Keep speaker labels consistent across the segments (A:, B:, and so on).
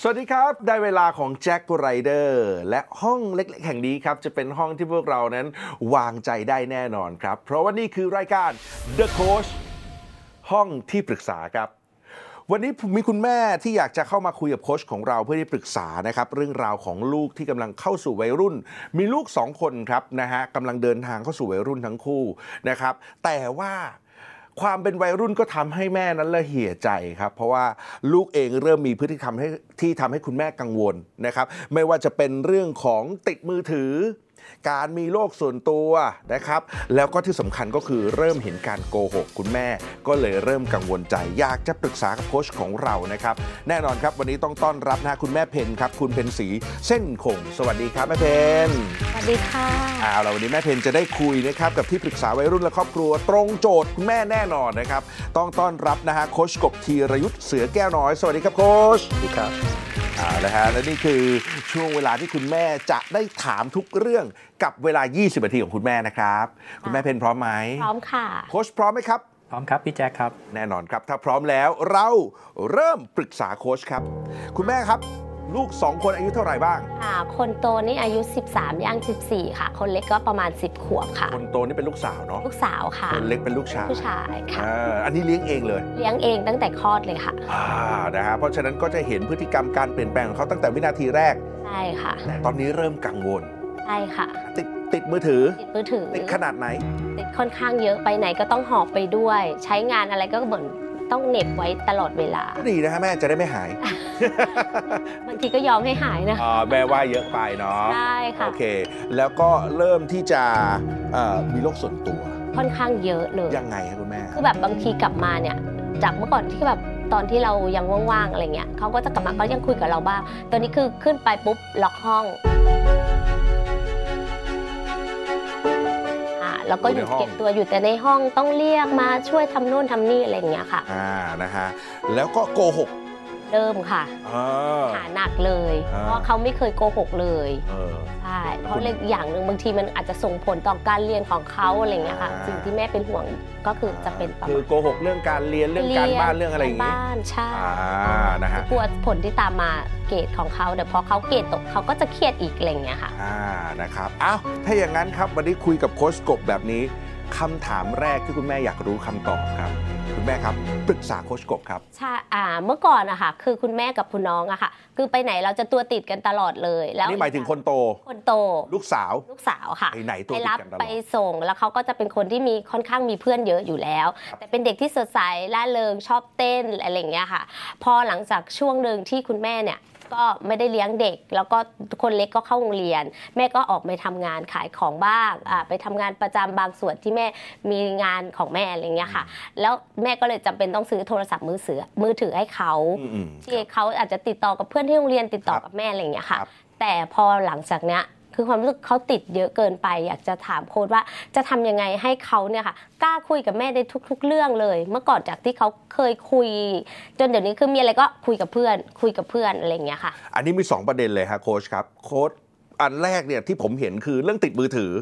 A: สวัสดีครับ ได้เวลาของแจ็คไรเดอร์และห้องเล็กๆ แห่งนี้ครับ จะเป็นห้องที่พวกเรานั้นวางใจได้แน่นอนครับ เพราะว่านี่คือรายการ The Coach ห้องที่ปรึกษาครับ วันนี้ผมมีคุณแม่ที่อยากจะเข้ามาคุยกับโค้ชของเราเพื่อที่ปรึกษานะครับ เรื่องราวของลูกที่กำลังเข้าสู่วัยรุ่น มีลูก 2 คนครับนะฮะกำลังเดินทางเข้าสู่วัยรุ่นทั้งคู่นะครับ แต่ว่าความเป็นวัยรุ่นก็ทำให้แม่นั้นละเหี่ยใจครับ เพราะว่าลูกเองเริ่มมีพฤติกรรมให้ที่ทำให้คุณแม่กังวลนะครับ ไม่ว่าจะเป็นเรื่องของติดมือถือ การมีโรคส่วนตัวนะครับ แล้วก็ที่สำคัญก็คือเริ่มเห็นการโกหกคุณแม่ ก็เลยเริ่มกังวลใจ อยากจะปรึกษากับโค้ชของเรานะครับ แน่นอนครับวันนี้ต้องต้อนรับนะคุณแม่เพนครับ คุณเพนสีเส้นคง สวัสดีครับแม่เพน
B: สวัสดีค่ะ
A: เอาล่ะวันนี้แม่เพนจะได้คุยนะครับกับที่ปรึกษาวัยรุ่นและครอบครัว ตรงโจทย์คุณแม่แน่นอนนะครับ ต้องต้อนรับนะฮะโคชกบธีรยุทธ์เสือแก้วน้อย สวัสดีครับโคชสวัสดีครับเอาละฮะและนี่คือช่วงเวลาที่คุณแม่จะได้ถามทุกเรื่องกับเวลา 20 นาทีของคุณแม่นะครับ คุณแม่เพนพร้อมไหม
B: พร้อมค่ะ
A: โคชพร้อมไหมครับ
C: พร้อมครับ พี่แจ็คครับ
A: แน่นอนครับ ถ้าพร้อมแล้วเราเริ่มปรึกษาโคชครับ คุณแม่ครับ ลูกสองคนอายุเท่าไหร่บ้าง
B: ค่ะ คนโตนี่อายุ 13ย่าง14 ค่ะ คนเล็กก็ประมาณ 10 ขวบค่ะ
A: คนโตนี่เป็นลูกสาวเนาะ
B: ลูกสาวค่ะ
A: คนเล็กเป็นลูกชาย
B: ผู้ชายค่ะ
A: อ่าอันนี้เลี้ยงเองเลย
B: เลี้ยงเองตั้งแต่คลอดเลยค่ะ
A: อ่านะฮะเพราะฉะนั้นก็จะเห็นพฤติกรรมการเปลี่ยนแปลงของเขาตั้งแต่วินาทีแรก
B: ใช่ค่ะ
A: แต่ตอนนี้เริ่มกังวล
B: ใช่ค่ะ
A: ติดติดมือถือ
B: ติดมือถือ
A: ติดขนาดไหน
B: ติดค่อนข้างเยอะไปไหนก็ต้องหอบไปด้วย ใช้งานอะไรก็เหมือนต้องเหน็บไว้ตลอดเวลา
A: ก็ดีนะฮะแม่จะได้ไม่หาย
B: บางทีก็ยอมให้หายนะคะ
A: อ่าแม่ว่าเยอะไปเนาะ
B: ใช่ค่ะ
A: โอเค แล้วก็เริ่มที่จะเอ่อมีโรคส่วนตัว
B: ค่อนข้างเยอะเลย
A: ยังไงครับคุณแม่
B: คือแบบบางทีกลับมาเนี่ย จากเมื่อก่อนที่แบบตอนที่เรายังว่างๆอะไรเงี้ยเขาก็จะกลับมาก็ยังคุยกับเราบ้าง ตอนนี้คือขึ้นไปปุ๊บล็อกห้องอ่าแล้วก็อยู่
A: อยู่ในห้อง
B: เก็บตัวอยู่แต่ในห้องต้องเรียกมาช่วยทำนู่นทำนี่อะไรเงี้ยค่ะ
A: อ่านะฮะแล้วก็โกหก
B: เริ่มค่ะ
A: อ่า
B: หาหนักเลย
A: อ่า
B: เพราะเขาไม่เคยโกหกเลย
A: เออ
B: ใช่เพราะเล็กอย่างหนึ่งบางทีมันอาจจะส่งผลต่อการเรียนของเขาอะไรเงี้ยค่ะ
A: อ่า
B: สิ่งที่แม่เป็นห่วงก็คือจะเป็นประ
A: คือ
B: มาณ
A: โกหกเรื่องการเรียนเรื่องการบ้านเรื่องอะไรอย่าง
B: เรื่
A: งี้
B: บ้านใช่
A: อ่านะฮะ
B: กลัวผลที่ตามมาเกรดของเขาเดี๋ยวพอเขาเกรดตกเขาก็จะเครียดอีกอะไรอย่างเงี้ยค่ะ
A: อ่านะครับอ้าวถ้าอย่างนั้นครับ วันนี้คุยกับโค้ชกบแบบนี้คำถามแรกที่คุณแม่อยากรู้คำตอบครับ คุณแม่ครับปรึกษาโค้ชกบครับ
B: ใช่อ่าเมื่อก่อนอะค่ะ คือคุณแม่กับคุณน้องอะค่ะ คือไปไหนเราจะตัวติดกันตลอดเลย แล้ว
A: นี่หมายถึงคนโต
B: คนโต
A: ลูกสาว
B: ลูกสาวค่ะ
A: ไปไหนตัว
B: ไป
A: ติด
B: รับ
A: กันตล
B: ไป
A: อด
B: ส่งแล้วเขาก็จะเป็นคนที่มีค่อนข้างมีเพื่อนเยอะอยู่แล้ว
A: ครับ
B: แต่เป็นเด็กที่สดใสร่าเริงชอบเต้นอะไรอย่างเงี้ยค่ะ พอหลังจากช่วงหนึ่งที่คุณแม่เนี่ย ก็ไม่ได้เลี้ยงเด็ก แล้วก็คนเล็กก็เข้าโรงเรียน แม่ก็ออกไปทำงานขายของบ้างอ่าไปทำงานประจำบางส่วนที่แม่มีงานของแม่อะไรอย่างเงี้ยค่ะ แล้วแม่ก็เลยจำเป็นต้องซื้อโทรศัพท์มือถือมือถือให้เขา
A: อืม
B: ที่เขาอาจจะติดต่อกับเพื่อนที่โรงเรียนติดต่อ
A: ครับ
B: กับแม่อะไรอย่างเงี้ยค่ะ
A: ครับ
B: แต่พอหลังจากเนี้ยคือความรู้สึกเขาติดเยอะเกินไป อยากจะถามโค้ดว่าจะทำยังไงให้เขาเนี่ยค่ะกล้าคุยกับแม่ได้ทุก ๆ เรื่องเลย เมื่อก่อนจากที่เขาเคยคุย จนเดี๋ยวนี้คือมีอะไรก็คุยกับเพื่อน คุยกับเพื่อนอะไรอย่างเงี้ยค่ะ
A: อันนี้มี 2 ประเด็นเลยฮะโค้ชครับโค้ชอันแรกเนี่ยที่ผมเห็นคือเรื่องติดมือถือ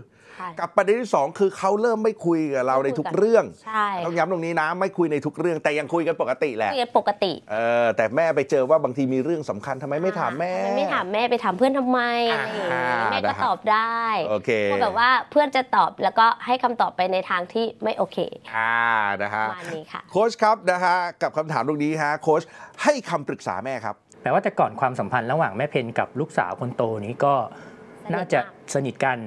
A: กับประเด็นที่ 2 คือเขาเริ่มไม่คุยกับเราในทุกเรื่อง
B: ใช่
A: ต้องย้ำตรงนี้นะไม่คุยในทุกเรื่อง แต่ยังคุยกันปกติแหละ
B: คุยกันปกติ
A: เออแต่แม่ไปเจอว่าบางทีมีเรื่องสำคัญทำไมไม่ถามแม่
B: ทำไไม่ถามแม่ไปถามเพื่อนทำไมอะไรอย่างเงี้ย
A: อ่า
B: แม่ก็
A: นะครับ
B: ตอบได้
A: โอเค
B: ก็แบบว่าเพื่อนจะตอบแล้วก็ให้คำตอบไปในทางที่ไม่โอเค
A: อ่านะ
B: ป
A: ฮะ
B: ระมาณนี้ค่ะ
A: โค้ชครับนะฮะกับคำถามตรงนี้ฮะโค้ชให้คำปรึกษาแม่ครับ
C: แปลว่าแต่ก่อนความสัมพันธ์ระหว่างแม่เพนกับลูกสาวคนโตนี้ก็
B: สนิทมาก
C: น่าจะสนิทกัน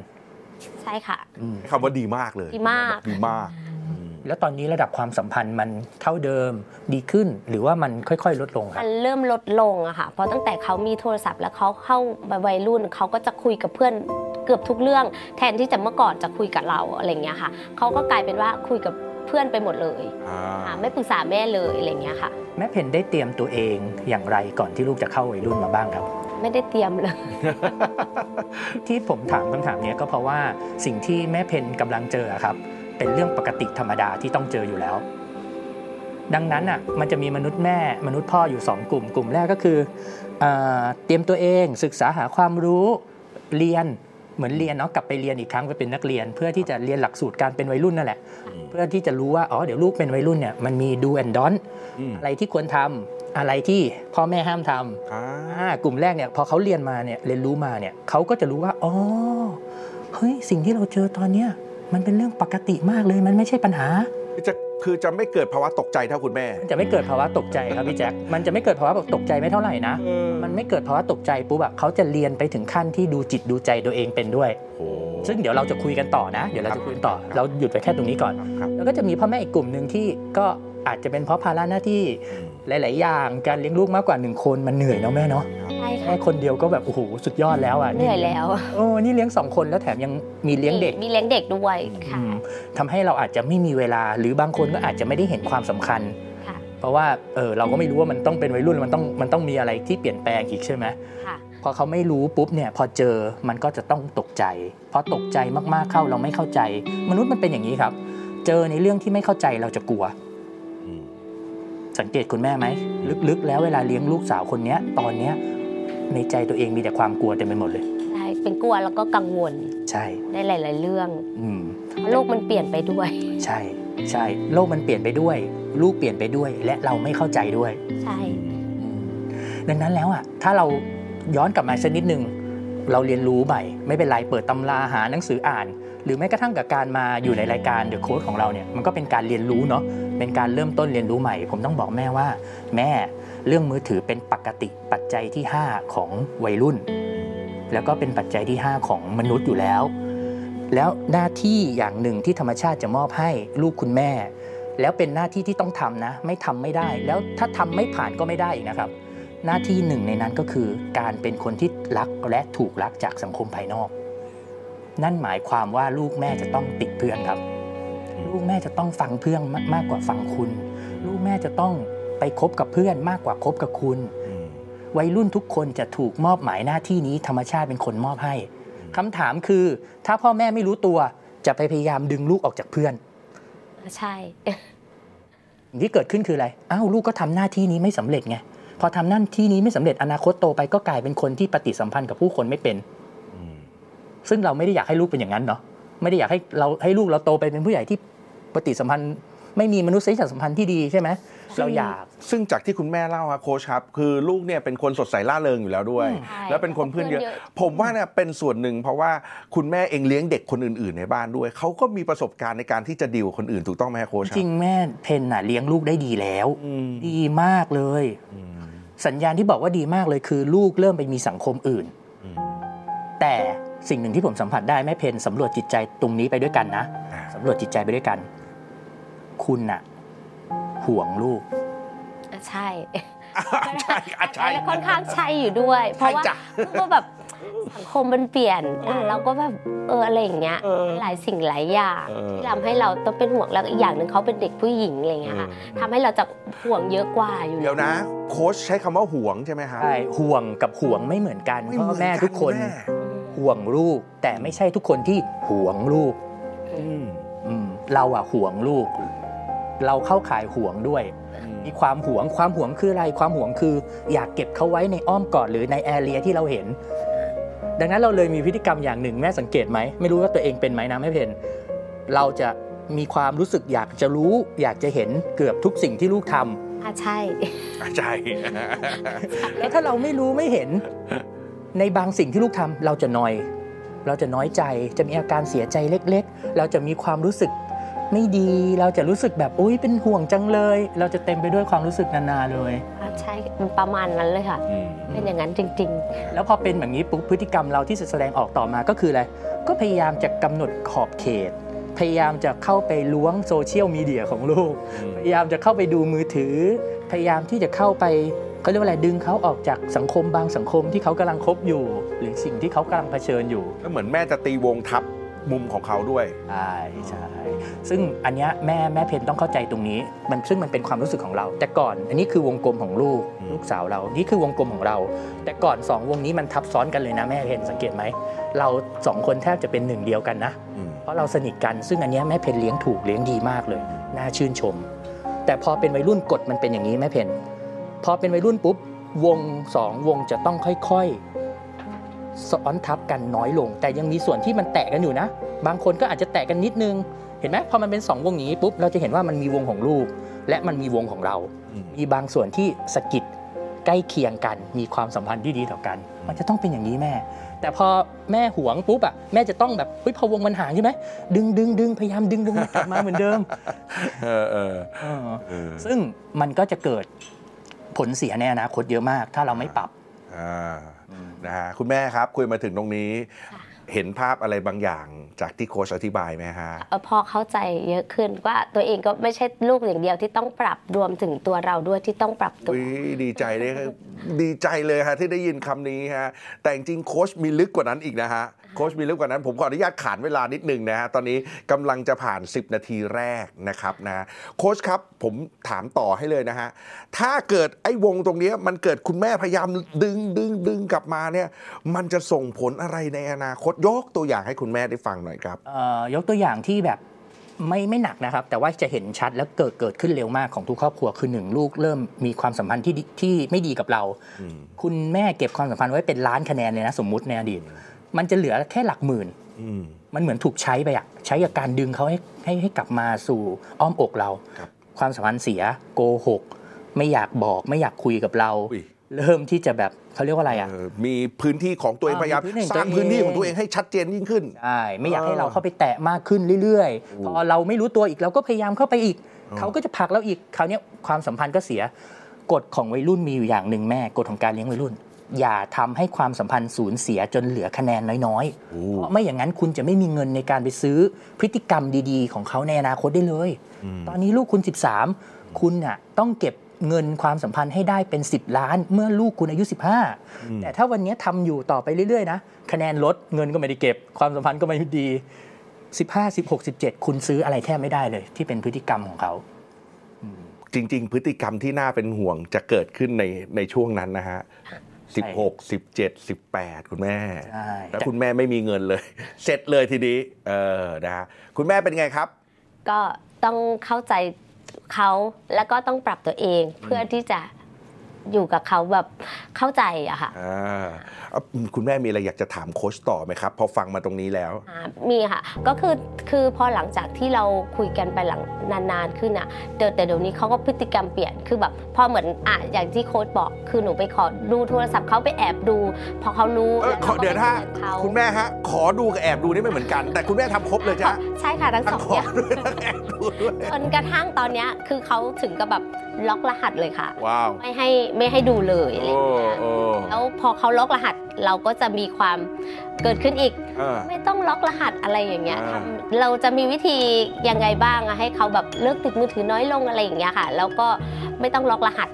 B: ใช่ค่ะ
C: อืม
A: คำว่าดีมากเลย
B: ดีมาก
A: ดีมากอืม
C: แล้วตอนนี้ระดับความสัมพันธ์มันเท่าเดิมดีขึ้น หรือว่ามันค่อยๆ ลดลงครั
B: มั
C: บ
B: นเริ่มลดลงอะค่ะ เพราะตั้งแต่เขามีโทรศัพท์แล้วเขาเข้ามาวัยรุ่นเขาก็จะคุยกับเพื่อนเกือบทุกเรื่อง แทนที่จะเมื่อก่อนจะคุยกับเราอะไรเงี้ยค่ะ เขาก็กลายเป็นว่าคุยกับเพื่อนไปหมดเลย
A: อ่า
B: อ่าไม่ปรึกษาแม่เลยอะไรเงี้ยค่ะ
C: แม่เพนได้เตรียมตัวเองอย่างไรก่อนที่ลูกจะเข้าวัยรุ่นมาบ้างครับ
B: ไม่ได้เตรียมเลย
C: ที่ผมถามคำถามเนี้ยก็เพราะว่าสิ่งที่แม่เพนกำลังเจอครับ เป็นเรื่องปกติธรรมดาที่ต้องเจออยู่แล้ว ดังนั้นอ่ะมันจะมีมนุษย์แม่มนุษย์พ่ออยู่ 2 กลุ่ม กลุ่มแรกก็คือเออเตรียมตัวเองศึกษาหาความรู้เรียนเหมือนเรียนเนาะกลับไปเรียนอีกครั้งไปเป็นนักเรียน เพื่อที่จะเรียนหลักสูตรการเป็นวัยรุ่นนั่นแหละ
A: อืม
C: เพื่อที่จะรู้ว่าอ๋อเดี๋ยวลูกเป็นวัยรุ่นเนี่ยมันมีดูแอนดอน
A: อืม
C: อะไรที่ควรทำ อะไรที่พ่อแม่ห้ามทำ
A: อ่า
C: อ่ากลุ่มแรกเนี่ยพอเขาเรียนมาเนี่ยเรียนรู้มาเนี่ยเขาก็จะรู้ว่าอ๋อเฮ้ยสิ่งที่เราเจอตอนเนี้ยมันเป็นเรื่องปกติมากเลยมันไม่ใช่ปัญหา
A: จะคือจะไม่เกิดภาวะตกใจเท่าคุณแม่
C: มันจะไม่เกิดภาวะตกใจครับพี่แจ็ค มันจะไม่เกิดภาวะแบบตกใจไม่เท่าไหร่นะ
A: เออ
C: มันไม่เกิดภาวะตกใจปุ๊บแบบเขาจะเรียนไปถึงขั้นที่ดูจิตดูใจตัวเองเป็นด้วย
A: โอ้
C: ซึ่งเดี๋ยวเราจะคุยกันต่อนะ เดี๋ยวเราจะคุยกันต่อ เราหยุดไปแค่ตรงนี้ก่อน
A: ครับครับ
C: แล้วก็จะมีพ่อแม่อีกกลุ่มหนึ่งที่ก็อาจจะเป็นเพราะภาระหน้าที่
A: อืม
C: หลาย ๆ อย่าง การเลี้ยงลูกมากกว่าหนึ่งคนมันเหนื่อยเนาะแม่เนาะ
B: ใช่ค่ะ
C: แค่คนเดียวก็แบบโอ้โหสุดยอดแล้วอ่ะ
B: เหนื่อยแล้ว
C: โอ้นี่เลี้ยงสองคนแล้วแถมยังมีเลี้ยงเด็ก
B: มีเลี้ยงเด็กด้วยค่ะ
C: อืมทำให้เราอาจจะไม่มีเวลาหรือบางคนก็อาจจะไม่ได้เห็นความสำคัญ
B: ค่ะ
C: เพราะว่าเออเราก็ไม่รู้ว่ามันต้องเป็นวัยรุ่นมันต้องมันต้องมีอะไรที่เปลี่ยนแปลงอีกใช่ไหม
B: ค่ะ
C: พอเขาไม่รู้ปุ๊บเนี่ยพอเจอมันก็จะต้องตกใจพอตกใจมากๆเข้าเราไม่เข้าใจ มนุษย์มันเป็นอย่างนี้ครับ เจอในเรื่องที่ไม่เข้าใจเราจะกลัว
A: อืม
C: สังเกตคุณแม่ไหมลึกๆ แล้วเวลาเลี้ยงลูกสาวคนเนี้ยตอนเนี้ยในใจตัวเองมีแต่ความกลัวเต็มไปหมดเลย
B: ใช่เป็นกลัวแล้วก็กังวล
C: ใช่
B: ในหลาย ๆ เรื่อง
C: อืม
B: เพราะโลกมันเปลี่ยนไปด้วย
C: ใช่ใช่โลกมันเปลี่ยนไปด้วย ลูกเปลี่ยนไปด้วย และเราไม่เข้าใจด้วย
B: ใช่
C: ดังนั้นแล้วอ่ะถ้าเราย้อนกลับมาสักนิดหนึ่งเราเรียนรู้ใหม่ไม่เป็นไรเปิดตำราหาหนังสืออ่าน หรือแม้กระทั่งกับการมาอยู่ในรายการเดอะโค้ดของเราเนี่ยมันก็เป็นการเรียนรู้เนาะเป็นการเริ่มต้นเรียนรู้ใหม่ ผมต้องบอกแม่ว่า แม่เรื่องมือถือเป็นปกติปัจจัยที่ 5 ของวัยรุ่น แล้วก็เป็นปัจจัยที่ 5 ของมนุษย์อยู่แล้ว แล้วหน้าที่อย่างหนึ่งที่ธรรมชาติจะมอบให้ลูกคุณแม่ แล้วเป็นหน้าที่ที่ต้องทำนะ ไม่ทำไม่ได้ แล้วถ้าทำไม่ผ่านก็ไม่ได้อีกนะครับ หน้าที่หนึ่งในนั้นก็คือการเป็นคนที่รักและถูกรักจากสังคมภายนอก นั่นหมายความว่าลูกแม่จะต้องติดเพื่อนครับ ลูกแม่จะต้องฟังเพื่อนมามากกว่าฟังคุณ ลูกแม่จะต้องไปคบกับเพื่อนมากกว่าคบกับคุณ
A: อืม
C: วัยรุ่นทุกคนจะถูกมอบหมายหน้าที่นี้ธรรมชาติเป็นคนมอบให้คำถามคือ ถ้าพ่อแม่ไม่รู้ตัวจะไปพยายามดึงลูกออกจากเพื่อน
B: ใช่
C: สิ่งที่เกิดขึ้นคืออะไรอ้าวลูกก็ทำหน้าที่นี้ไม่สำเร็จไงพอทำหน้าที่นี้ไม่สำเร็จอนาคตโตไปก็กลายเป็นคนที่ปฏิสัมพันธ์กับผู้คนไม่เป็น
A: อืม
C: ซึ่งเราไม่ได้อยากให้ลูกเป็นอย่างนั้นเนาะไม่ได้อยากให้เราให้ลูกเราโตไปเป็นผู้ใหญ่ที่ปฏิสัมพันธ์ ไม่มีมนุษยสัมพันธ์ที่ดีใช่ไหมเราอยาก
A: ซึ่งจากที่คุณแม่เล่าครับโค้ชครับ คือลูกเนี่ยเป็นคนสดใสล่าเริงอยู่แล้วด้วย
C: อืม
B: ใช่
A: แล้วเป็นคนเพื่อนเยอะ
B: เพื่อนเยอะ
A: ผมว่าเนี่ยเป็นส่วนหนึ่งเพราะว่าคุณแม่เองเลี้ยงเด็กคนอื่นๆในบ้านด้วย เขาก็มีประสบการณ์ในการที่จะดีลกับคนอื่นถูกต้องไหมครับโค้ช
C: จ
A: คบ
C: ริงๆแม่เพนน่ะเลี้ยงลูกได้ดีแล้ว
A: อืม
C: ดีมากเลย
A: อืม
C: สัญญาณที่บอกว่าดีมากเลยคือ ลูกเริ่มไปมีสังคมอื่น
A: อืม
C: แต่สิ่งหนึ่งที่ผมสัมผัสได้แม่เพนสำรวจจิตใจตรงนี้ไปด้วยกันนะ
A: อ่า
C: สำรวจจิตใจไปด้วยกัน คุณน่ะ ห่วงลูก
B: อ่ะใช่
A: ใช่อ่ะใช่
B: และค่อนข้างใช่อยู่ด้วย เพราะว่า
A: ใช่จ้ะ
B: เพราะว่าแบบสังคมมันเปลี่ยนอ่ะเราก็แบบเอออะไรอย่างเงี้ย
A: เออ
B: หลายสิ่งหลายอย่าง
A: เออ
B: ที่ทำให้เราต้องเป็นห่วงแล้วอีกอย่างหนึ่งเขาเป็นเด็กผู้หญิงอะไรอย่างเงี้ยค่ะทำให้เราจะห่วงเยอะกว่าอยู่
A: เดี๋ยวนะ โค้ชใช้คำว่าห่วงใช่ไหมครับ
C: ใช่ห่วงกับห่วงไม่เหมือนกัน
A: ไม่
C: พ่
A: เหมื
C: อ
A: อนกัน
C: แม่ทุกคน
A: แม่
C: ห่วงลูก แต่ไม่ใช่ทุกคนที่ห่วงลูก
A: อืม
C: อืมเราอะห่วงลูก เราเข้าข่ายห่วงด้วย มีความห่วงความห่วงคืออะไรความห่วงคือ อยากเก็บเขาไว้ในอ้อมกอดหรือในแอเรียที่เราเห็น ดังนั้นเราเลยมีพฤติกรรมอย่างหนึ่งแม่สังเกตไหม ไม่รู้ว่าตัวเองเป็นไหมนะแม่เพนเราจะมีความรู้สึกอยากจะรู้ อยากจะเห็นเกือบทุกสิ่งที่ลูกทำ
B: อ่ะใช่
A: อ่ะใช่
C: แล้วถ้าเราไม่รู้ไม่เห็น ในบางสิ่งที่ลูกทำเราจะนอย เราจะน้อยใจจะมีอาการเสียใจเล็ก ๆ เราจะมีความรู้สึกไม่ดี เราจะรู้สึกแบบอุ้ยเป็นห่วงจังเลย เราจะเต็มไปด้วยความรู้สึกนานาเลย
B: อ่ะใช่มันประมาณนั้นเลยค่ะ
A: อืม
B: เป็นอย่างนั้นจริง
C: แล้วพอเป็นแบบนี้ปุ๊บพฤติกรรมเราที่แสดงออกต่อมาก็คืออะไร ก็พยายามจะกำหนดขอบเขต พยายามจะเข้าไปล้วงโซเชียลมีเดียของลูก พยายามจะเข้าไปดูมือถือ พยายามที่จะเข้าไปเขาเรียกว่าอะไรดึงเขาออกจากสังคมบางสังคมที่เขากำลังคบอยู่ หรือสิ่งที่เขากำลังเผชิญอยู่
A: แล้วเหมือนแม่จะตีวงทับมุมของเขาด้วย
C: ใช่ใช่ซึ่งอันเนี้ยแม่แม่เพนต้องเข้าใจตรงนี้ มันซึ่งมันเป็นความรู้สึกของเรา แต่ก่อน อันนี้คือวงกลมของลูก
A: อืม
C: ลูกสาวเรา นี่คือวงกลมของเรา แต่ก่อนสองวงนี้มันทับซ้อนกันเลยนะแม่เพนสังเกตไหมเราสองคนแทบจะเป็นหนึ่งเดียวกันนะ
A: อืม
C: เพราะเราสนิทกัน ซึ่งอันเนี้ยแม่เพนเลี้ยงถูกเลี้ยงดีมากเลย น่าชื่นชม แต่พอเป็นวัยรุ่นกฎมันเป็นอย่างนี้แม่เพนพอเป็นวัยรุ่นปุ๊บ วงสองวงจะต้องค่อยๆซ้อนทับกันน้อยลง แต่ยังมีส่วนที่มันแตะกันอยู่นะ บางคนก็อาจจะแตะกันนิดนึง เห็นไหมพอมันเป็นสองวงอย่างนี้ปุ๊บเราจะเห็นว่ามันมีวงของลูก และมันมีวงของเรา
A: อืม
C: มีบางส่วนที่สะกิดใกล้เคียงกัน มีความสัมพันธ์ที่ดีต่อกัน มันจะต้องเป็นอย่างนี้แม่ แต่พอแม่หวงปุ๊บอ่ะแม่จะต้องแบบเฮ้ยพอวงมันห่างใช่ไหมดึงดึงดึงพยายามดึงดึงมันกลับมาเหมือนเดิม
A: เออเออ
C: เออ
A: เออ
C: ซึ่งมันก็จะเกิดผลเสียในอนาคตเยอะมาก ถ้าเราไม่ปรับ
A: อ่านะฮะคุณแม่ครับคุยมาถึงตรงนี้ เห็นภาพอะไรบางอย่างจากที่โค้ชอธิบายไหมฮะ
B: เอ่อพอเข้าใจเยอะขึ้นว่าตัวเองก็ไม่ใช่ลูกอย่างเดียวที่ต้องปรับรวมถึงตัวเราด้วยที่ต้องปรับตัว
A: อุ๊ยดีใจเลยครับดีใจเลยฮะที่ได้ยินคำนี้ฮะแต่จริงๆโค้ชมีลึกกว่านั้นอีกนะฮะโค้ชมีลึกกว่านั้น ผมขออนุญาตขานเวลานิดหนึ่งนะฮะตอนนี้กำลังจะผ่าน 10 นาทีแรกนะครับนะโค้ชครับผมถามต่อให้เลยนะฮะถ้าเกิดไอ้วงตรงเนี้ยมันเกิดคุณแม่พยายามดึงดึงดึงกลับมาเนี่ยมันจะส่งผลอะไรในอนาคตยกตัวอย่างให้คุณแม่ได้ฟังหน่อยครับ
C: เอ่อยกตัวอย่างที่แบบไม่ไม่หนักนะครับ แต่ว่าจะเห็นชัดและเกิดเกิดขึ้นเร็วมากของทุกครอบครัวคือหนึ่งลูกเริ่มมีความสัมพันธ์ที่ดีที่ไม่ดีกับเรา
A: อืม
C: คุณแม่เก็บความสัมพันธ์ไว้เป็นล้านคะแนนเลยนะสมมุติในอดีต มันจะเหลือแค่หลักหมื่น
A: อืม
C: มันเหมือนถูกใช้ไปอะใช้กับการดึงเขาให้ให้ให้กลับมาสู่อ้อมอกเรา
A: ครับ
C: ความสัมพันธ์เสียโกหก ไม่อยากบอกไม่อยากคุยกับเรา
A: อุ๊ย
C: เริ่มที่จะแบบเขาเรียกว่าอะไรอะ
A: เออมีพื้นที่ของตัวเอง
C: อ่า
A: พยายาม
C: มีพื้นที่
A: สร้างพื้นที่
C: ของตัวเอง
A: ของตัวเองให้ชัดเจนยิ่งขึ้น
C: ใช่ไม่อยาก
A: เออ
C: ให้เราเข้าไปแตะมากขึ้นเรื่อย
A: อืม
C: ๆ พอเราไม่รู้ตัวอีกเราก็พยายามเข้าไปอีก
A: ออ
C: เขาก็จะผลักเราอีกคราวเนี้ยความสัมพันธ์ก็เสียกฎของวัยรุ่นมีอยู่อย่างหนึ่งแม่กฎของการเลี้ยงวัยรุ่น อย่าทำให้ความสัมพันธ์สูญเสียจนเหลือคะแนนน้อย
A: โอ้
C: ๆ เพราะไม่อย่างนั้นคุณจะไม่มีเงินในการไปซื้อพฤติกรรมดีๆ ของเขาในอนาคตได้เลย
A: อืม
C: ตอนนี้ลูกคุณ 13 คุณน่ะต้องเก็บเงินความสัมพันธ์ให้ได้เป็น 10 ล้าน เมื่อลูกคุณอายุ
A: อืม
C: 15 แต่ถ้าวันนี้ทำอยู่ต่อไปเรื่อยๆนะคะแนนลดเงินก็ไม่ได้เก็บ ความสัมพันธ์ก็ไม่ดี 15 16 17 คุณซื้ออะไรแทบไม่ได้เลย ที่เป็นพฤติกรรมของเขา
A: จริง ๆ พฤติกรรมที่น่าเป็นห่วงจะเกิดขึ้นในในช่วงนั้นนะฮะสิบหกสิบเจ็ดสิบแปดคุณแม่
C: ใช่
A: แล้ว
C: แต่
A: คุณแม่ไม่มีเงินเลย เสร็จเลยทีนี้เออนะฮะคุณแม่เป็นไงครับ
B: ก็ต้องเข้าใจเขาแล้วก็ต้องปรับตัวเองเพื่อที่จะอยู่กับเขาแบบเข้าใจอะค่ะ
A: อ่าเอาคุณแม่มีอะไรอยากจะถามโค้ชต่อไหมครับ พอฟังมาตรงนี้แล้ว
B: อ่ามีค่ะ ก็คือคือพอหลังจากที่เราคุยกันไปหลังนานๆขึ้นอะเดี๋ยวแต่เดี๋ยวนี้เขาก็พฤติกรรมเปลี่ยนคือแบบพอเหมือนอ่ะอย่างที่โค้ดบอก คือหนูไปขอดูโทรศัพท์เขาไปแอบดู พอเขารู้
A: เออ
B: แล้ว
A: ข
B: ขา
A: อ
B: ก็
A: เดี๋ยวนะฮะ
B: ไปคุยกับเขา
A: คุณแม่ฮะ ขอดูกับแอบดูนี่ไม่เหมือนกัน แต่คุณแม่ทำครบเลยจ้ะ
B: ใช่ค่ะทั้งส
A: ทั้
B: อง ง
A: ข
B: อ
A: อย่าง ด้วยทั้งแอบดูด้วย
B: จนกระทั่งตอนเนี้ยคือเขาถึงกับแบบล็อกรหัสเลยค่ะ
A: ว้าว
B: ไม่ให้ไม่ให้ดูเลยอะไรอ
A: โอ้
B: ย่างเงี้ย
A: โอ้
B: แล้วพอเขาล็อกรหัสเราก็จะมีความเกิดขึ้นอีก
A: เออ
B: ไม่ต้องล็อกรหัสอะไรอย่างเงี้ย
A: อ่า
B: ทำเราจะมีวิธียังไงบ้างอะให้เขาแบบเลิกติดมือถือน้อยลงอะไรอย่างเงี้ยค่ะ แล้วก็ไม่ต้องล็อกรหัส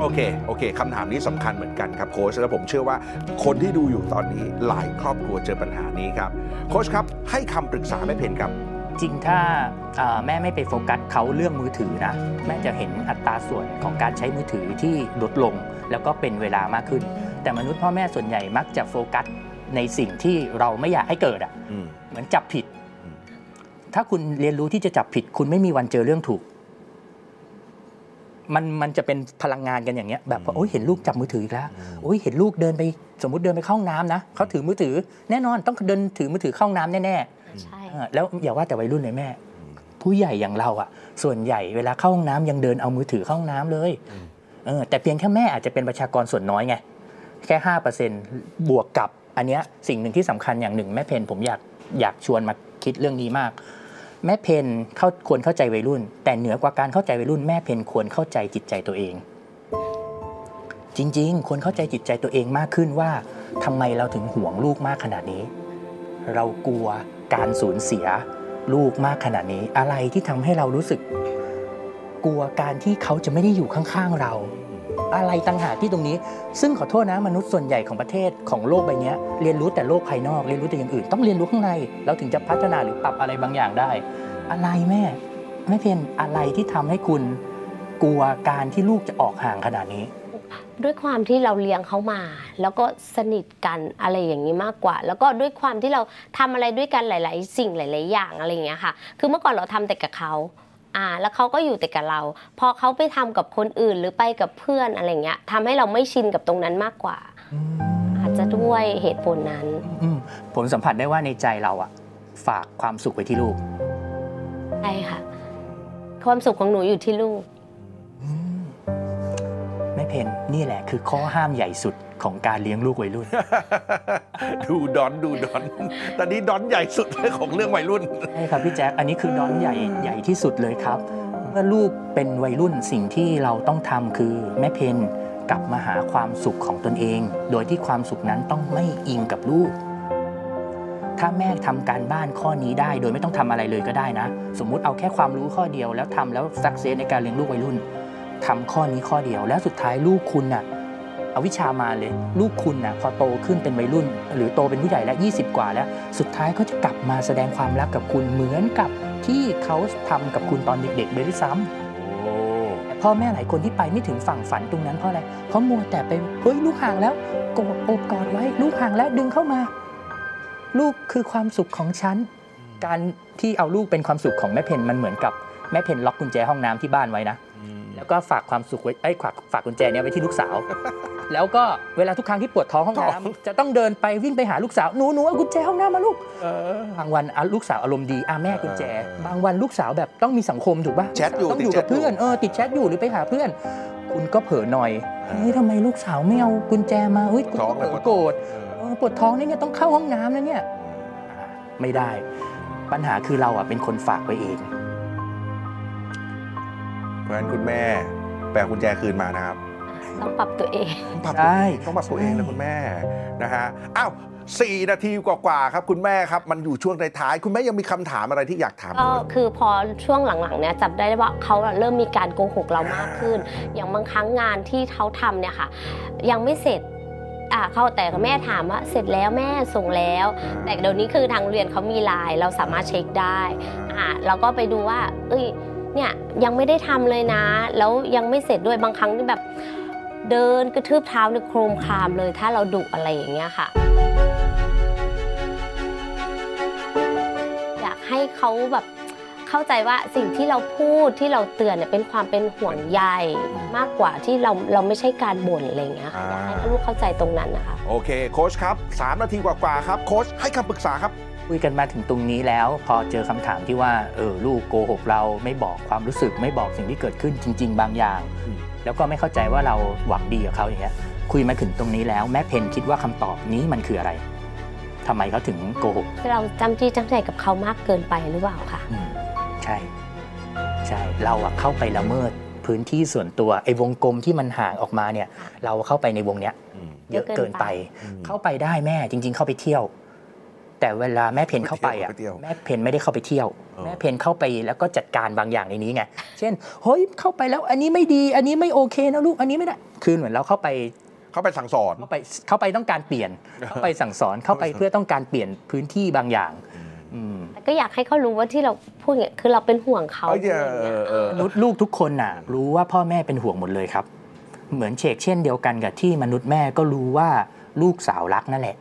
A: โอเค โอเค คำถามนี้สำคัญเหมือนกันครับโค้ช และผมเชื่อว่าคนที่ดูอยู่ตอนนี้หลายครอบครัวเจอปัญหานี้ครับ โค้ชครับ ให้คำปรึกษาแม่เพนครับ
C: จริงถ้าเอ่อแม่ไม่ไปโฟกัสเขาเรื่องมือถือนะแม่จะเห็นอัตราส่วนของการใช้มือถือที่ลดลง แล้วก็เป็นเวลามากขึ้น แต่มนุษย์พ่อแม่ส่วนใหญ่มักจะโฟกัสในสิ่งที่เราไม่อยากให้เกิดอ่ะ
A: อืม
C: เหมือนจับผิด
A: อืม
C: ถ้าคุณเรียนรู้ที่จะจับผิด คุณไม่มีวันเจอเรื่องถูก มันมันจะเป็นพลังงานกันอย่างเงี้ย แบบว่าโอ้ยเห็นลูกจับมือถืออีกแล้ว โอ้ยเห็นลูกเดินไปสมมติเดินไปเข้าห้องน้ำนะเขาถือมือถือ แน่นอนต้องเดินถือมือถือเข้าห้องน้ำแน่
B: ใช่
C: ๆเออแล้วอย่าว่าแต่วัยรุ่นเลยแม่ ผู้ใหญ่อย่างเราอะส่วนใหญ่เวลาเข้าห้องน้ำยังเดินเอามือถือเข้าห้องน้ำเลย
A: อืม
C: เออแต่เพียงแค่แม่อาจจะเป็นประชากรส่วนน้อยไง แค่ห้าเปอร์เซ็นบวกกับ อันเนี้ยสิ่งหนึ่งที่สำคัญอย่างหนึ่งแม่เพนผมอยากอยากชวนมาคิดเรื่องนี้มาก แม่เพนเข้าควรเข้าใจวัยรุ่น แต่เหนือกว่าการเข้าใจวัยรุ่นแม่เพนควรเข้าใจจิตใจตัวเอง จริง ๆ ควรเข้าใจจิตใจตัวเองมากขึ้นว่าทำไมเราถึงห่วงลูกมากขนาดนี้ เรากลัวการสูญเสียลูกมากขนาดนี้ อะไรที่ทำให้เรารู้สึก กลัวการที่เขาจะไม่ได้อยู่ข้างๆเรา อะไรต่างหากที่ตรงนี้ ซึ่งขอโทษนะมนุษย์ส่วนใหญ่ของประเทศของโลกใบเนี้ยเรียนรู้แต่โลกภายนอกเรียนรู้แต่อย่างอื่น ต้องเรียนรู้ข้างใน เราถึงจะพัฒนาหรือปรับอะไรบางอย่างได้ อะไรแม่แม่เพียนอะไรที่ทำให้คุณ กลัวการที่ลูกจะออกห่างขนาดนี้
B: ด้วยความที่เราเลี้ยงเขามา แล้วก็สนิทกันอะไรอย่างนี้มากกว่า แล้วก็ด้วยความที่เราทำอะไรด้วยกันหลาย ๆ สิ่งหลาย ๆ อย่างอะไรอย่างเงี้ยค่ะ คือเมื่อก่อนเราทำแต่กับเขาอ่าแล้วเขาก็อยู่แต่กับเรา พอเขาไปทำกับคนอื่นหรือไปกับเพื่อนอะไรอย่างเงี้ยทำให้เราไม่ชินกับตรงนั้นมากกว่า อาจจะด้วยเหตุผลนั้น
C: อืมผมสัมผัสได้ว่าในใจเราอะฝากความสุขไว้ที่ลูก
B: ใช่ค่ะ ความสุขของหนูอยู่ที่ลูก
C: แม่เพนนี่แหละคือข้อห้ามใหญ่สุดของการเลี้ยงลูกวัย รุ่น
A: ดูดอนดูดอนแตอนนี้ดอนใหญ่สุดเลยของเรื่องวัยรุ่น
C: ใช่ครับพี่แจ๊คอันนี้คือดอนใหญ่ใหญ่ที่สุดเลยครับ เมื่อลูกเป็นวัยรุ่นสิ่งที่เราต้องทำคือแม่เพนกลับมาหาความสุขของตนเอง โดยที่ความสุขนั้นต้องไม่อิงกับลูก ถ้าแม่ทำการบ้านข้อนี้ได้โดยไม่ต้องทำอะไรเลยก็ได้นะ สมมุติเอาแค่ความรู้ข้อเดียวแล้วทำแล้วสักเซสในการเลี้ยงลูกวัยรุ่นทำข้อนี้ข้อเดียว แล้วสุดท้ายลูกคุณน่ะอวิชชามาเลย ลูกคุณน่ะพอโตขึ้นเป็นวัยรุ่น หรือโตเป็นผู้ใหญ่แล้ว20 กว่าแล้ว สุดท้ายเขาจะกลับมาแสดงความรักกับคุณเหมือนกับที่เขาทำกับคุณตอนเด็กๆเลยด้วยซ้ำ
A: โอ้
C: แต่พ่อแม่หลายคนที่ไปไม่ถึงฝั่งฝันตรงนั้นเพราะอะไร เพราะมัวแต่ไปเฮ้ยลูกห่างแล้วกอดโอบกอดไว้ลูกห่างแล้วดึงเข้ามา ลูกคือความสุขของฉัน การที่เอาลูกเป็นความสุขของแม่เพนมันเหมือนกับแม่เพนล็อกกุญแจห้องน้ำที่บ้านไว้นะ แล้วก็ฝากความสุขไว้ไอ้ยฝากฝากกุญแจเนี้ยไว้ที่ลูกสาว แล้วก็เวลาทุกครั้งที่ปวดท้องห้อง
A: ท้อง
C: น้ำจะต้องเดินไปวิ่งไปหาลูกสาวหนูหนูเอากุญแจห้องน้ำมาลูก บางวันอ่ะลูกสาวอารมณ์ดีอ่ะแม่กุญแจ
A: เออเออบ
C: างวันลูกสาวแบบต้องมีสังคมถูกปะ
A: แชทอยู่
C: ต้อง
A: ติด
C: อยู่
A: แช
C: กั
A: ท
C: บ
A: อยู่
C: เพื่อนเออติดแชทอยู่หรือไปหาเพื่อน คุณก็เผลอหน่อย
A: เออ
C: เฮ้ยทำไมลูกสาวไม่เอากุญแจมาเฮ้ยคุณ
A: ท้อง
C: เผ
A: เล
C: ล
A: ย
C: อ
A: ปะ
C: โกรธเออปวดท้องนี่เนี่ยต้องเข้าห้องน้ำนะเนี่ยอ่ะไม่ได้ ปัญหาคือเราอ่ะเป็นคนฝากไว้เอง
A: เพราะฉะนั้นคุณแม่แปลกุญแจคืนมานะครับ
B: ต้องปรับตัวเอง
A: ต้องปรับ
C: ใช่
A: ตัวเองต้องปรับตัวเองนะคุณแม่นะฮะอ้าวสี่นาทีกว่าๆครับคุณแม่ครับ มันอยู่ช่วงท้ายๆคุณแม่ยังมีคำถามอะไรที่อยากถาม
B: ก็
A: ผม
B: คือพอช่วงหลังๆเนี่ยจับได้ว่าเขาเริ่มมีการโกหกเรามากขึ้น อย่างบางครั้งงานที่เขาทำเนี่ยค่ะ ยังไม่เสร็จอ่าเขาแต่แม่ถามว่าเสร็จแล้วแม่ส่งแล้ว แต่เดี๋ยวนี้คือทางเรียนเขามีไลน์เราสามารถเช็คได้อ่าเราก็ไปดูว่า เอ้ยเนี่ยยังไม่ได้ทำเลยนะ แล้วยังไม่เสร็จด้วยบางครั้งนี่แบบ เดินกระทืบเท้าในโครมครามเลยถ้าเราดุอะไรอย่างเงี้ยค่ะ อยากให้เขาแบบเข้าใจว่าสิ่งที่เราพูดที่เราเตือนเนี่ยเป็นความเป็นห่วงใยมากกว่าที่เราเราไม่ใช่การบ่นอะไรอย่างเงี้ยค่ะอยากให้ลูกเข้าใจตรงนั้นนะคะ
A: โอเค โค้ชครับสามนาทีกว่าๆครับ โค้ชให้คำปรึกษาครับ
C: คุยกันมาถึงตรงนี้แล้ว พอเจอคำถามที่ว่าเออลูกโกหกเราไม่บอกความรู้สึกไม่บอกสิ่งที่เกิดขึ้นจริง ๆ บางอย่าง
A: อืม
C: แล้วก็ไม่เข้าใจว่าเราหวังดีกับเขาอย่างเงี้ยคุยมาถึงตรงนี้แล้วแม่เพนคิดว่าคำตอบนี้มันคืออะไรทำไมเขาถึงโกหก
B: เราจำที่จำใจกับเขามากเกินไปหรือเปล่าคะ
C: อืมใช่ ใช่ เราอะเข้าไปละเมิดพื้นที่ส่วนตัวไอ้วงกลมที่มันห่างออกมาเนี่ย เราเข้าไปในวงเนี้ยเยอะเกินไป เข้าไปได้แม่จริง ๆ เข้าไปเที่ยว แต่เวลาแม่เพนเข้าไปอ่ะ
A: ไปเที่ยว
C: แม่เพนไม่ได้เข้าไปเที่ยว
A: เออ
C: แม่เพนเข้าไปแล้วก็จัดการบางอย่างในนี้ไง เช่นเฮ้ยเข้าไปแล้วอันนี้ไม่ดี อันนี้ไม่โอเคนะลูกอันนี้ไม่ได้ คือเหมือนเราเข้าไป
A: เข้าไปสั่งสอน
C: เข้าไปเข้าไปต้องการเปลี่ยน เข้าไปสั่งสอนเข้าไปเพื่อต้องการเปลี่ยนพื้นที่บางอย่าง อืม
B: แต่ก็อยากให้เขารู้ว่าที่เราพูดอย่างเงี้ยคือเราเป็นห่วงเขา
A: เอ้ย
B: อะไรอย่างเงี้ย
A: เออ
C: มนุษย์ลูกทุกคนน่ะรู้ว่าพ่อแม่เป็นห่วงหมดเลยครับ เหมือนเชกเช่นเดียวกันกับที่มนุษย์แม่ก็รู้ว่าลูกสาวรักนั่นแหละ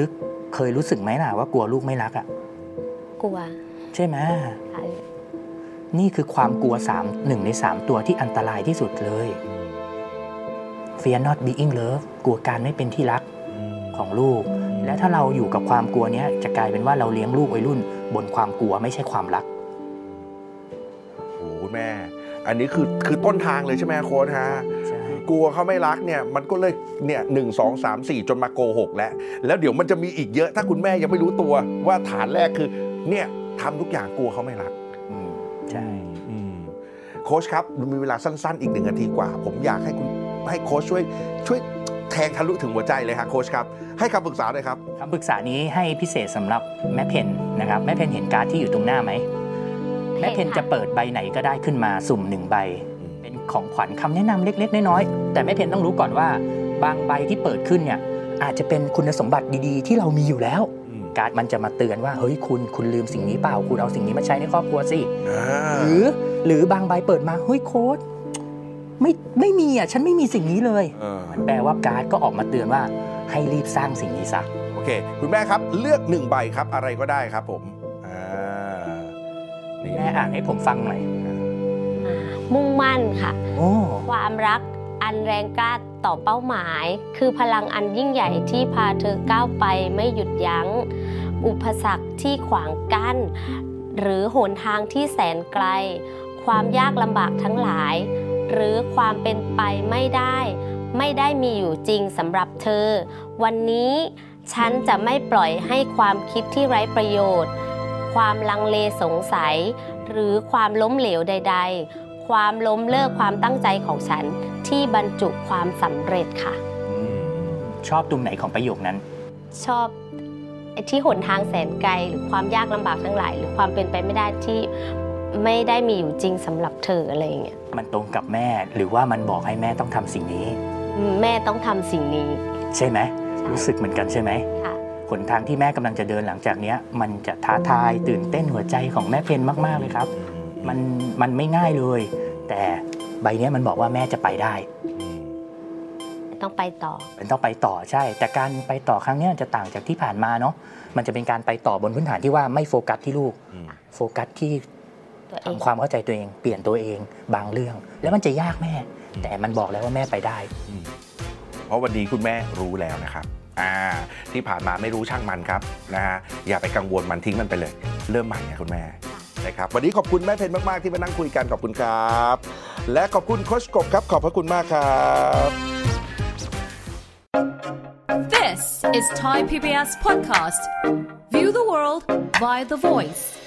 C: ลึกๆ เคยรู้สึกไหมล่ะว่ากลัวลูกไม่รักอ่ะ
B: กลัว
C: ใช่ไหม
B: ค่ะ
C: นี่คือความกลัวสามหนึ่งในสามตัวที่อันตรายที่สุดเลย Fear not being loved กลัวการไม่เป็นที่รักของลูก และถ้าเราอยู่กับความกลัวเนี้ยจะกลายเป็นว่าเราเลี้ยงลูกวัยรุ่น บนความกลัวไม่ใช่ความรัก
A: โอ้โหคุณแม่ อันนี้คือคือต้นทางเลยใช่ไหมโค้ชฮะ
C: ใช่
A: กลัวเขาไม่รักเนี่ยมันก็เลยเนี่ยหนึ่งสองสามสี่จนมาโกหกแล้วแล้วเดี๋ยวมันจะมีอีกเยอะถ้าคุณแม่ยังไม่รู้ตัวว่าฐานแรกคือ เนี่ยทำทุกอย่างกลัวเขาไม่รัก
C: อืมใช่
A: อืมโค้ชครับมีเวลาสั้น ๆ อีกหนึ่งนาทีกว่า ผมอยากให้คุณให้โค้ชช่วย ช่วยแทงทะลุถึงหัวใจเลยฮะโค้ชครับ ให้คำปรึกษาหน่อยครับ
C: คำปรึกษานี้ให้พิเศษสำหรับแม่เพนนะครับ แม่เพนเห็นการ์ดที่อยู่ตรงหน้าไหม แม่เพนจะเปิดใบไหนก็ได้ขึ้นมาสุ่มหนึ่งใบ เป็นของขวัญคำแนะนำเล็ก ๆ น้อยๆแต่แม่เพนต้องรู้ก่อนว่า บางใบที่เปิดขึ้นเนี่ยอาจจะเป็นคุณสมบัติดีๆ ที่เรามีอยู่แล้ว การ์ดมันจะมาเตือนว่าเฮ้ยคุณคุณลืมสิ่งนี้เปล่า คุณเอาสิ่งนี้มาใช้ในครอบครัวสิ หรือหรือบางใบเปิดมาเฮ้ยโค้ดไม่ไม่มีอ่ะฉันไม่มีสิ่งนี้เลย แปลว่าการ์ดก็ออกมาเตือนว่าให้รีบสร้างสิ่งนี้ซะ
A: โอเค คุณแม่ครับเลือกหนึ่งใบครับ อะไรก็ได้ครับผมอ่านี่
C: แม่อ่านให้ผมฟังหน่อย
B: มุ่งมั่นค่ะ
C: โอ้
B: ความรักอันแรงกล้าต่อเป้าหมาย คือพลังอันยิ่งใหญ่ที่พาเธอก้าวไปไม่หยุดยัง้ง อุปสรรคที่ขวางกั้น หรือหนทางที่แสนไกล ความยากลำบากทั้งหลาย หรือความเป็นไปไม่ได้ ไม่ได้มีอยู่จริงสำหรับเธอ วันนี้ฉันจะไม่ปล่อยให้ความคิดที่ไร้ประโยชน์ ความลังเลสงสัย หรือความล้มเหลวใด ๆ ความล้มเลิกความตั้งใจของฉันที่บรรจุความสำเร็จค่ะ
C: ชอบตรงไหนของประโยคนั้น
B: ชอบไอ้ที่หนทางแสนไกล หรือความยากลำบากทั้งหลาย หรือความเป็นไปไม่ได้ที่ไม่ได้มีอยู่จริงสำหรับเธออะไรอย่างเงี้ย
C: มันตรงกับแม่หรือว่ามันบอกให้แม่ต้องทำสิ่งนี้
B: แม่ต้องทำสิ่งนี้
C: ใช่ไหมรู้สึกเหมือนกันใช่ไหม
B: ค่ะ
C: หนทางที่แม่กำลังจะเดินหลังจากเนี้ย มันจะท้าทายตื่นเต้นหัวใจของแม่เพนมากๆเลยครับ มันมันไม่ง่ายเลย แต่ใบเนี้ยมันบอกว่าแม่จะไปได้
B: ต้องไปต่อ
C: มันต้องไปต่อใช่ แต่การไปต่อครั้งเนี้ยจะต่างจากที่ผ่านมาเนาะมันจะเป็นการไปต่อบนพื้นฐานที่ว่าไม่โฟกัสที่ลูก โฟกัสที่
B: ตัวเอง
C: ทำความเข้าใจตัวเองเปลี่ยนตัวเองบางเรื่อง แล้วมันจะยากแม่ แต่มันบอกแล้วว่าแม่ไปได้
A: เพราะวันนี้คุณแม่รู้แล้วนะครับอ่าที่ผ่านมาไม่รู้ช่างมันครับนะฮะอย่าไปกังวลมันทิ้งมันไปเลย เริ่มใหม่นะคุณแม่นะครับวันนี้ขอบคุณแม่เพนมาก ๆ ที่มานั่งคุยกันขอบคุณครับ และขอบคุณโคชกบครับ ขอบพระคุณมากครับ
D: This is Thai PBS Podcast. View the world via the voice.